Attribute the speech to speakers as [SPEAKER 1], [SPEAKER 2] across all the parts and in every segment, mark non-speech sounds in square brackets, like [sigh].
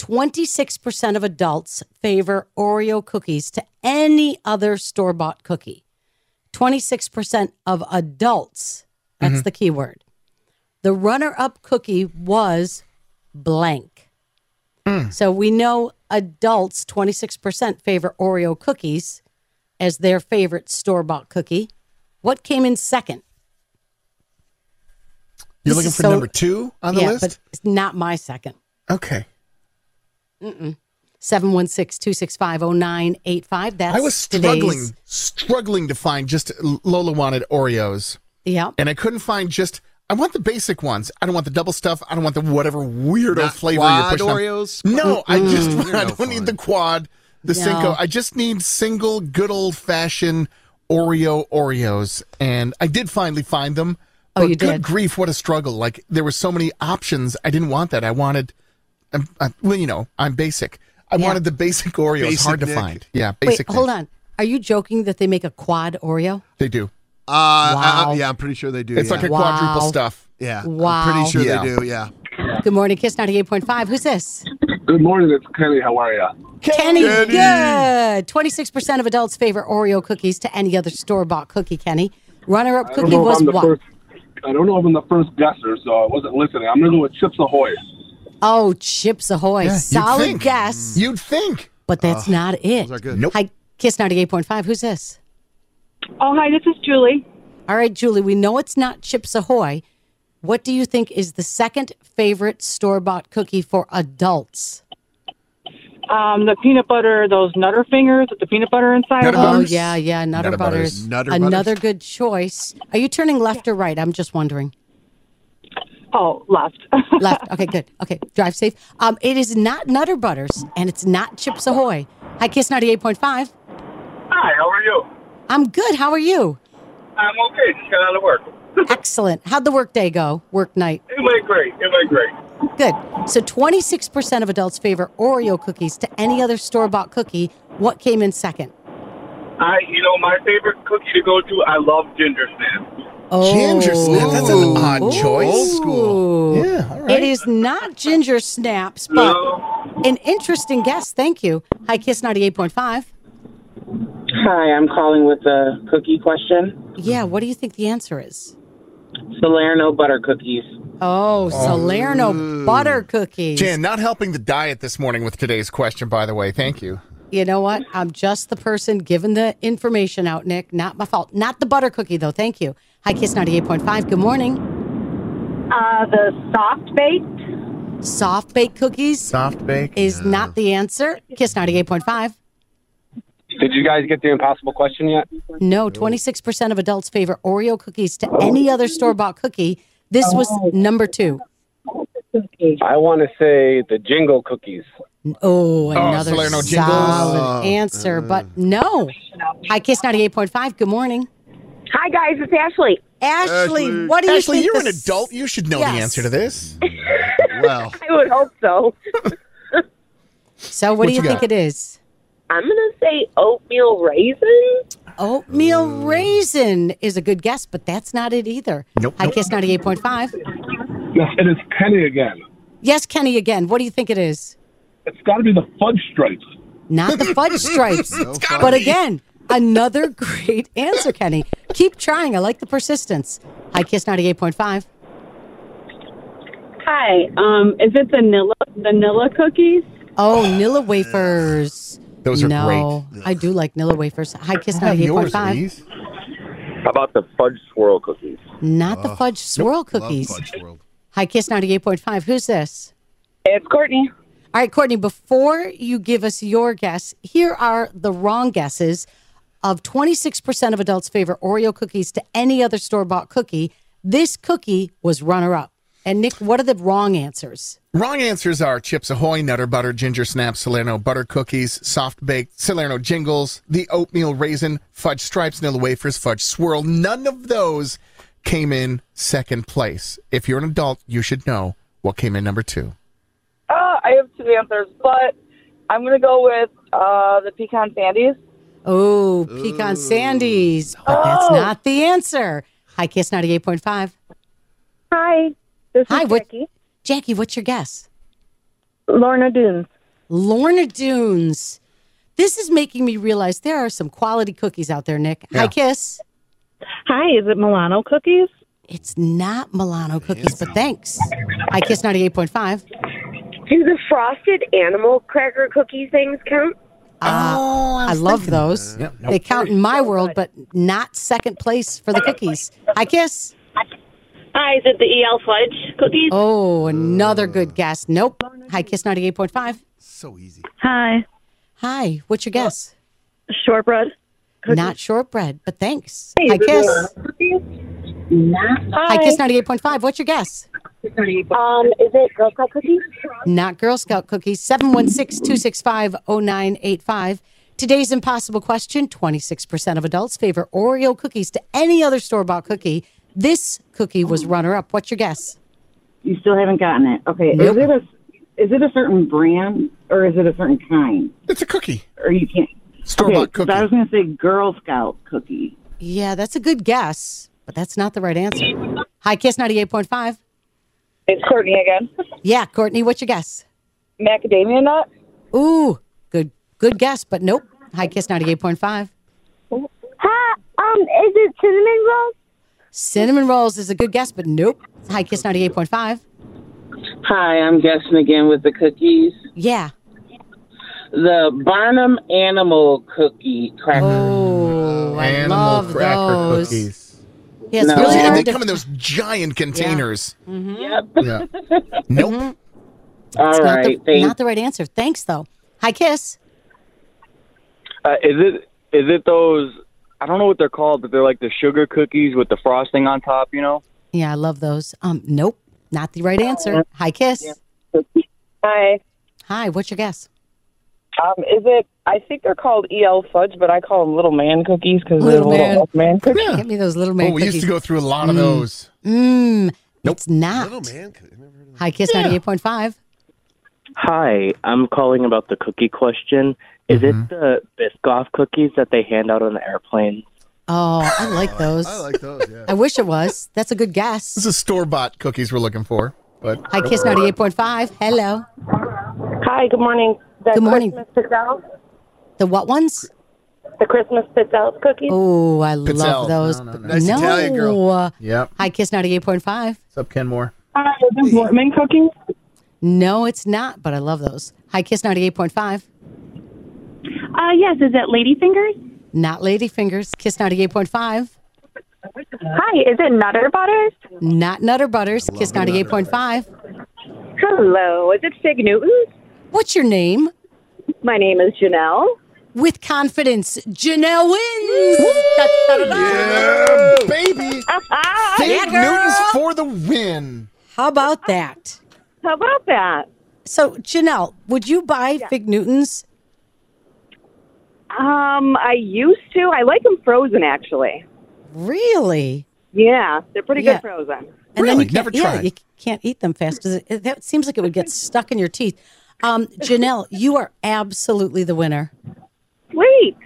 [SPEAKER 1] 26% of adults favor Oreo cookies to any other store bought cookie. 26% of adults. That's
[SPEAKER 2] Mm-hmm.
[SPEAKER 1] the key word. The runner up cookie was blank.
[SPEAKER 2] Mm.
[SPEAKER 1] So we know adults, 26% favor Oreo cookies as their favorite store bought cookie. What came in second?
[SPEAKER 2] You're
[SPEAKER 1] This
[SPEAKER 2] looking
[SPEAKER 1] is
[SPEAKER 2] for
[SPEAKER 1] so-
[SPEAKER 2] number two on the
[SPEAKER 1] yeah,
[SPEAKER 2] list?
[SPEAKER 1] but it's not my second.
[SPEAKER 2] okay.
[SPEAKER 1] 716-265-0985. That's
[SPEAKER 2] I was struggling,
[SPEAKER 1] today's-
[SPEAKER 2] struggling to find just Lola wanted Oreos,
[SPEAKER 1] Yeah.
[SPEAKER 2] and I couldn't find just. I want the basic ones. I don't want the double stuff. I don't want the whatever weirdo flavor you're
[SPEAKER 3] quad
[SPEAKER 2] pushing. on.
[SPEAKER 3] Oreos?
[SPEAKER 2] No, I just
[SPEAKER 3] Mm-mm. They're
[SPEAKER 2] I
[SPEAKER 3] no
[SPEAKER 2] don't
[SPEAKER 3] fun.
[SPEAKER 2] need the quad, the
[SPEAKER 1] No.
[SPEAKER 2] cinco. I just need single, good old fashioned Oreo Oreos, and I did finally find them.
[SPEAKER 1] Oh,
[SPEAKER 2] but
[SPEAKER 1] you
[SPEAKER 2] good
[SPEAKER 1] did?
[SPEAKER 2] grief, what a struggle! Like there were so many options. I didn't want that. I wanted, I'm, I, well, you know, I'm basic. I
[SPEAKER 1] Yeah.
[SPEAKER 2] wanted the basic Oreos.
[SPEAKER 3] Basic
[SPEAKER 2] hard to
[SPEAKER 3] Nick.
[SPEAKER 2] find. Yeah,
[SPEAKER 1] Wait,
[SPEAKER 2] basic.
[SPEAKER 1] hold
[SPEAKER 2] Nick.
[SPEAKER 1] on. Are you joking that they make a quad Oreo?
[SPEAKER 2] They do.
[SPEAKER 3] Uh, I- I-
[SPEAKER 1] Wow.
[SPEAKER 3] yeah, I'm pretty sure they do.
[SPEAKER 2] It's
[SPEAKER 3] yeah.
[SPEAKER 2] like a
[SPEAKER 1] Wow.
[SPEAKER 2] quadruple stuff.
[SPEAKER 3] yeah. I'm
[SPEAKER 1] Wow.
[SPEAKER 3] pretty sure
[SPEAKER 2] Yeah.
[SPEAKER 3] they do. Yeah.
[SPEAKER 1] Good morning, Kiss 98.5. Who's this?
[SPEAKER 4] Good morning, it's Kenny. How are ya?
[SPEAKER 1] Kenny. Good. 26% of adults favor Oreo cookies to any other store-bought cookie, Kenny. Runner-up
[SPEAKER 4] I don't
[SPEAKER 1] cookie
[SPEAKER 4] know if
[SPEAKER 1] was
[SPEAKER 4] I'm the
[SPEAKER 1] what?
[SPEAKER 4] first. I don't know if I'm the first guesser, so I wasn't listening. I'm gonna go with Chips Ahoy.
[SPEAKER 1] Oh, Chips Ahoy.
[SPEAKER 2] Yeah, you'd
[SPEAKER 1] Solid
[SPEAKER 2] think.
[SPEAKER 1] guess,
[SPEAKER 2] You'd think.
[SPEAKER 1] but that's not it.
[SPEAKER 3] Those are good.
[SPEAKER 2] Nope.
[SPEAKER 1] Hi, Kiss 98.5. Who's this?
[SPEAKER 5] Oh, hi, this is Julie.
[SPEAKER 1] All right, Julie, we know it's not Chips Ahoy. What do you think is the second favorite store bought cookie for adults?
[SPEAKER 5] Um, the peanut butter, those nutter fingers with the peanut butter inside.
[SPEAKER 2] Nutter
[SPEAKER 5] of them.
[SPEAKER 1] Oh,
[SPEAKER 2] Butters?
[SPEAKER 1] yeah, yeah, Nutter,
[SPEAKER 2] Nutter
[SPEAKER 1] Butters.
[SPEAKER 2] Butters.
[SPEAKER 3] Nutter
[SPEAKER 1] Another
[SPEAKER 3] Butters?
[SPEAKER 1] good choice. Are you turning left or right? I'm just wondering.
[SPEAKER 5] Oh, left. [laughs]
[SPEAKER 1] Left. Okay, good. Okay, drive safe. Um, it is not Nutter Butters and it's not Chips Ahoy. Hi, Kiss 98.5.
[SPEAKER 4] Hi, how are you?
[SPEAKER 1] I'm good. How
[SPEAKER 5] [laughs]
[SPEAKER 1] are you?
[SPEAKER 4] I'm okay. Just got out of work.
[SPEAKER 1] Excellent. How'd the work day go? Work night.
[SPEAKER 4] It went great. It went great.
[SPEAKER 1] Good. So 26% of adults favor Oreo cookies to any other store bought cookie. What came in second?
[SPEAKER 4] I, you know, my favorite cookie to go to. I love ginger snaps.
[SPEAKER 1] Oh.
[SPEAKER 2] Ginger snap. That's an odd
[SPEAKER 1] Ooh.
[SPEAKER 2] choice.
[SPEAKER 3] Old school.
[SPEAKER 2] Yeah, all right.
[SPEAKER 1] It is not ginger snaps, but
[SPEAKER 4] No.
[SPEAKER 1] an interesting guess. Thank you. Hi, Kiss 98.5.
[SPEAKER 6] Hi, I'm calling with a cookie question.
[SPEAKER 1] Yeah, what do you think the answer is?
[SPEAKER 6] Salerno butter cookies.
[SPEAKER 1] Oh, Salerno butter cookies.
[SPEAKER 2] Jan, not helping the diet this morning with today's question, by the way. Thank you.
[SPEAKER 1] You know what? I'm just the person giving the information out, Nick. Not my fault. Not the butter cookie, though. Thank you. Hi, Kiss 98.5. Good morning.
[SPEAKER 5] uh, the soft baked.
[SPEAKER 1] Soft baked cookies
[SPEAKER 2] Soft bake.
[SPEAKER 1] is not the answer. Kiss 98.5.
[SPEAKER 4] Did you guys get the impossible question yet?
[SPEAKER 1] No, 26% of adults favor Oreo cookies to any other store bought cookie. This was
[SPEAKER 5] Oh.
[SPEAKER 1] number two.
[SPEAKER 4] I want to say the jingle cookies.
[SPEAKER 1] Oh, another
[SPEAKER 2] Salerno jingles.
[SPEAKER 1] solid answer, but no. Hi, Kiss 98.5. Good morning.
[SPEAKER 5] Hi, guys, it's Ashley.
[SPEAKER 1] Ashley,
[SPEAKER 3] Ashley.
[SPEAKER 1] what do you
[SPEAKER 2] Ashley,
[SPEAKER 1] think?
[SPEAKER 2] you're an
[SPEAKER 1] this-
[SPEAKER 2] adult. You should know
[SPEAKER 1] Yes.
[SPEAKER 2] the answer to this.
[SPEAKER 3] Well,
[SPEAKER 5] I would hope so.
[SPEAKER 1] So, what, do
[SPEAKER 2] What
[SPEAKER 1] you
[SPEAKER 2] you
[SPEAKER 1] think it
[SPEAKER 2] got?
[SPEAKER 1] is?
[SPEAKER 6] I'm gonna say oatmeal raisin.
[SPEAKER 1] Oatmeal
[SPEAKER 2] Mm.
[SPEAKER 1] raisin is a good guess, but that's not it either.
[SPEAKER 2] Nope,
[SPEAKER 1] Hi,
[SPEAKER 2] nope.
[SPEAKER 1] Kiss 98.5.
[SPEAKER 4] Yes, it is Kenny again.
[SPEAKER 1] Yes, Kenny, again. What do you think it is?
[SPEAKER 4] It's got to be the fudge stripes.
[SPEAKER 1] Not
[SPEAKER 2] [laughs]
[SPEAKER 1] the fudge stripes.
[SPEAKER 3] gotta
[SPEAKER 1] but
[SPEAKER 3] be.
[SPEAKER 1] again, another [laughs] great answer, Kenny. Keep trying. I like the persistence. Hi, Kiss 98.5.
[SPEAKER 5] Hi, um, is it vanilla vanilla cookies?
[SPEAKER 1] Oh, Nilla wafers.
[SPEAKER 2] Those are
[SPEAKER 1] no, I do like Nilla wafers. Hi, Kiss
[SPEAKER 2] Have yours,
[SPEAKER 1] 98.5.
[SPEAKER 2] Elise.
[SPEAKER 4] How about the fudge swirl cookies?
[SPEAKER 1] Not the fudge swirl
[SPEAKER 3] Uh, love
[SPEAKER 1] cookies.
[SPEAKER 3] Fudge World.
[SPEAKER 1] Hi, Kiss 98.5. Who's this?
[SPEAKER 5] It's Courtney.
[SPEAKER 1] All right, Courtney, before you give us your guess, here are the wrong guesses. Of 26% of adults favor Oreo cookies to any other store bought cookie, this cookie was runner up. And Nick, what are the wrong answers?
[SPEAKER 2] Wrong answers are Chips Ahoy, Nutter Butter, Ginger Snap, Salerno Butter Cookies, Soft Baked, Salerno Jingles, the Oatmeal Raisin, Fudge Stripes, Vanilla Wafers, Fudge Swirl. None of those came in second place. If you're an adult, you should know what came in number two.
[SPEAKER 7] Uh, I have two answers, but I'm going to go with uh, the pecan sandies.
[SPEAKER 1] Oh, pecan sandies. But
[SPEAKER 5] Oh.
[SPEAKER 1] that's not the answer. Hi, Kiss 98.5. Hi. This is Jackie. Jackie, what's your guess? Lorna Dunes. Lorna Dunes. This is making me realize there are some quality cookies out there, Nick. Hi, Kiss. Hi, is it Milano cookies? It's not Milano cookies, but thanks. Hi, Kiss 98.5.
[SPEAKER 8] Do the frosted animal cracker cookie things count?
[SPEAKER 1] Oh, I, love those. They count in my world, but not second place for the cookies. I kiss.
[SPEAKER 9] Hi, is it the
[SPEAKER 1] E
[SPEAKER 9] EL fudge cookies?
[SPEAKER 1] Oh, another good guess. Nope. Hi, kiss ninety eight point five.
[SPEAKER 3] So easy.
[SPEAKER 1] Hi. Hi. What's your guess? Shortbread. Not shortbread, but thanks.
[SPEAKER 9] Hey,
[SPEAKER 1] Hi,
[SPEAKER 9] is it
[SPEAKER 1] kiss. Hi,
[SPEAKER 9] Hi.
[SPEAKER 1] kiss ninety eight point five. What's your guess?
[SPEAKER 9] Um, is it Girl Scout cookies?
[SPEAKER 1] Not Girl Scout cookies. 716 265 0985. Today's impossible question 26% of adults favor Oreo cookies to any other store bought cookie. This cookie was runner up. What's your guess?
[SPEAKER 10] You still haven't gotten it. Okay.
[SPEAKER 1] Nope.
[SPEAKER 10] Is it a is it a certain brand or is it a certain kind?
[SPEAKER 2] It's a cookie.
[SPEAKER 10] Or you can't
[SPEAKER 2] store bought
[SPEAKER 10] cookie. I was gonna say Girl Scout cookie.
[SPEAKER 1] Yeah, that's a good guess, but that's not the right answer. Hi, Kiss 98.5.
[SPEAKER 7] It's Courtney again.
[SPEAKER 1] Yeah, Courtney, what's your guess?
[SPEAKER 7] Macadamia nut.
[SPEAKER 1] Ooh, good good guess, but nope. Hi, Kiss 98.5.
[SPEAKER 9] Hi, um, is it cinnamon rolls?
[SPEAKER 1] Cinnamon rolls is a good guess, but nope. Hi, Kiss 98.5.
[SPEAKER 6] Hi, I'm guessing again with the cookies.
[SPEAKER 1] Yeah.
[SPEAKER 6] The Barnum Animal Cookie Cracker.
[SPEAKER 1] Oh,
[SPEAKER 6] Animal
[SPEAKER 1] love cracker those.
[SPEAKER 2] cookies.
[SPEAKER 1] Yeah, it's
[SPEAKER 6] No.
[SPEAKER 1] really
[SPEAKER 6] Yeah,
[SPEAKER 1] hard
[SPEAKER 2] They
[SPEAKER 1] to Mm-hmm.
[SPEAKER 2] come in those giant containers.
[SPEAKER 1] Yep. Mm-hmm.
[SPEAKER 2] Nope.
[SPEAKER 6] All
[SPEAKER 1] It's not,
[SPEAKER 6] right.
[SPEAKER 1] the,
[SPEAKER 6] thank-
[SPEAKER 1] not the right answer. Thanks, though. Hi, Kiss.
[SPEAKER 11] Uh, is it is it those? I don't know what they're called, but they're like the sugar cookies with the frosting on top. You know.
[SPEAKER 1] Yeah, I love those. Um, nope, not the right answer. Hi, Kiss.
[SPEAKER 7] Hi.
[SPEAKER 1] Hi. What's your guess?
[SPEAKER 7] Um, is it? I think they're called EL fudge, but I call them little man cookies because they're
[SPEAKER 1] Little
[SPEAKER 7] little
[SPEAKER 1] man.
[SPEAKER 7] man, man cookies.
[SPEAKER 1] Get me those little man
[SPEAKER 2] oh, we used to go
[SPEAKER 1] cookies.
[SPEAKER 2] through a lot of
[SPEAKER 1] Mm.
[SPEAKER 2] those.
[SPEAKER 1] Mm, It's not. Little man. Hi, Kiss. Ninety-eight point five.
[SPEAKER 12] Hi, I'm calling about the cookie question. Is it
[SPEAKER 1] Mm-hmm.
[SPEAKER 12] the Biscoff cookies that they hand out on the airplane?
[SPEAKER 1] Oh, I like those. I like
[SPEAKER 3] those. Yeah.
[SPEAKER 1] I wish it was. That's a good guess.
[SPEAKER 2] This is store bought cookies we're looking for. But
[SPEAKER 1] Hi, Kiss. Ninety-eight point five. Hello.
[SPEAKER 9] Hi, good morning. The
[SPEAKER 1] Good morning.
[SPEAKER 9] Christmas pizza out,
[SPEAKER 1] The what ones?
[SPEAKER 9] the Christmas pizza out cookies.
[SPEAKER 1] Oh, I
[SPEAKER 2] Pizzelle.
[SPEAKER 1] love those.
[SPEAKER 2] No, no, no. Nice Italian girl. Yep.
[SPEAKER 1] Hi, Kiss. Ninety-eight point five.
[SPEAKER 2] What's up, Kenmore?
[SPEAKER 7] Hi, is it Portman cookies?
[SPEAKER 1] No, it's not. But I love those. Hi, Kiss. Ninety-eight point five.
[SPEAKER 9] Uh, yes, is it Ladyfingers?
[SPEAKER 1] Not Ladyfingers. Kiss 98.5.
[SPEAKER 9] Hi, is it Nutter Butters?
[SPEAKER 1] Not Nutter Butters. Kiss 98.5.
[SPEAKER 13] Hello, is it Fig Newton?
[SPEAKER 1] What's your name?
[SPEAKER 13] My name is Janelle.
[SPEAKER 1] With confidence, Janelle wins. Da-da-da-da.
[SPEAKER 2] baby.
[SPEAKER 1] Yeah,
[SPEAKER 2] Fig
[SPEAKER 1] girl.
[SPEAKER 2] Newton's for the win.
[SPEAKER 1] How about that?
[SPEAKER 13] How about that?
[SPEAKER 1] So, Janelle, would you buy Fig Newtons?
[SPEAKER 13] Um, I used to. I like them frozen, actually.
[SPEAKER 1] Really?
[SPEAKER 13] Yeah, they're pretty
[SPEAKER 1] Yeah.
[SPEAKER 13] good frozen.
[SPEAKER 1] And
[SPEAKER 13] Really?
[SPEAKER 1] then you
[SPEAKER 13] Never
[SPEAKER 1] can't- Yeah,
[SPEAKER 13] tried.
[SPEAKER 1] you can't eat them fast. 'cause It, that seems like it would get stuck in your teeth. Um, Janelle, you are absolutely the winner.
[SPEAKER 13] Sweet.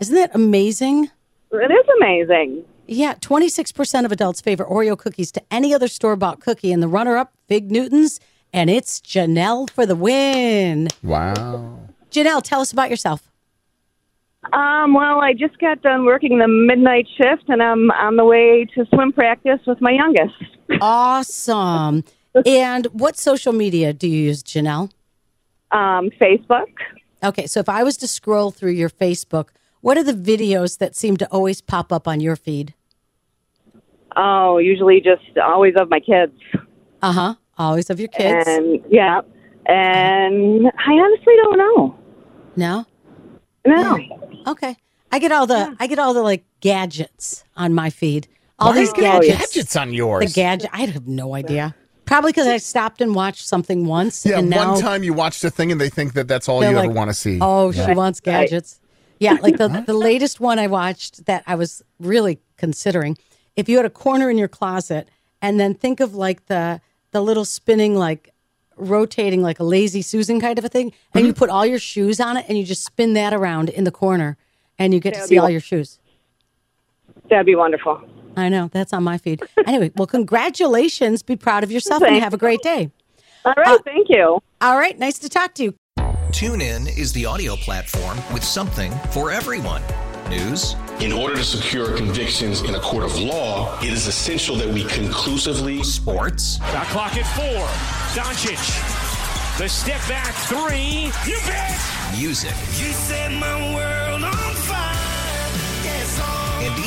[SPEAKER 1] Isn't that amazing?
[SPEAKER 13] It is amazing.
[SPEAKER 1] Yeah, 26% of adults favor Oreo cookies to any other store bought cookie, and the runner up, Fig Newtons, and it's Janelle for the win.
[SPEAKER 2] Wow.
[SPEAKER 1] Janelle, tell us about yourself.
[SPEAKER 13] Um, well, I just got done working the midnight shift, and I'm on the way to swim practice with my youngest.
[SPEAKER 1] Awesome. and what social media do you use, Janelle?
[SPEAKER 13] Um, Facebook.
[SPEAKER 1] Okay, so if I was to scroll through your Facebook, what are the videos that seem to always pop up on your feed?
[SPEAKER 13] Oh, usually just always of my kids.
[SPEAKER 1] Uh huh. Always of your kids.
[SPEAKER 13] And yeah, and I honestly don't know.
[SPEAKER 1] No.
[SPEAKER 13] No.
[SPEAKER 1] Okay. I get all the I get all the like gadgets on my feed. All
[SPEAKER 2] Why
[SPEAKER 1] these
[SPEAKER 2] do you get
[SPEAKER 1] gadgets.
[SPEAKER 2] Oh, gadgets on yours?
[SPEAKER 1] The gadget. I have no idea. Probably because I stopped and watched something once.
[SPEAKER 2] Yeah,
[SPEAKER 1] and now
[SPEAKER 2] one time you watched a thing and they think that that's all
[SPEAKER 1] they're
[SPEAKER 2] you
[SPEAKER 1] like,
[SPEAKER 2] ever want to see.
[SPEAKER 1] Oh,
[SPEAKER 2] yeah.
[SPEAKER 1] she wants gadgets. Yeah, like the the latest one I watched that I was really considering. If you had a corner in your closet, and then think of like the the little spinning like rotating like a lazy susan kind of a thing and
[SPEAKER 7] Mm-hmm.
[SPEAKER 1] you put all your shoes on it and you just spin that around in the corner and you get to
[SPEAKER 7] That'd
[SPEAKER 1] see
[SPEAKER 7] be
[SPEAKER 1] all
[SPEAKER 7] wa-
[SPEAKER 1] your shoes
[SPEAKER 7] That'd be wonderful.
[SPEAKER 1] I know. That's on my feed. anyway, well, congratulations. Be proud of yourself and
[SPEAKER 7] Thanks.
[SPEAKER 1] have a great day. Uh,
[SPEAKER 7] All right. thank you.
[SPEAKER 1] All right. Nice to talk to you.
[SPEAKER 14] TuneIn is the audio platform with something for everyone. News,
[SPEAKER 15] In order to secure convictions in a court of law, it is essential that we conclusively.
[SPEAKER 14] Sports.
[SPEAKER 16] Shot clock at four. Doncic. The step back three. You bet.
[SPEAKER 14] music,
[SPEAKER 17] You set my world on fire. Yes, oh.
[SPEAKER 14] and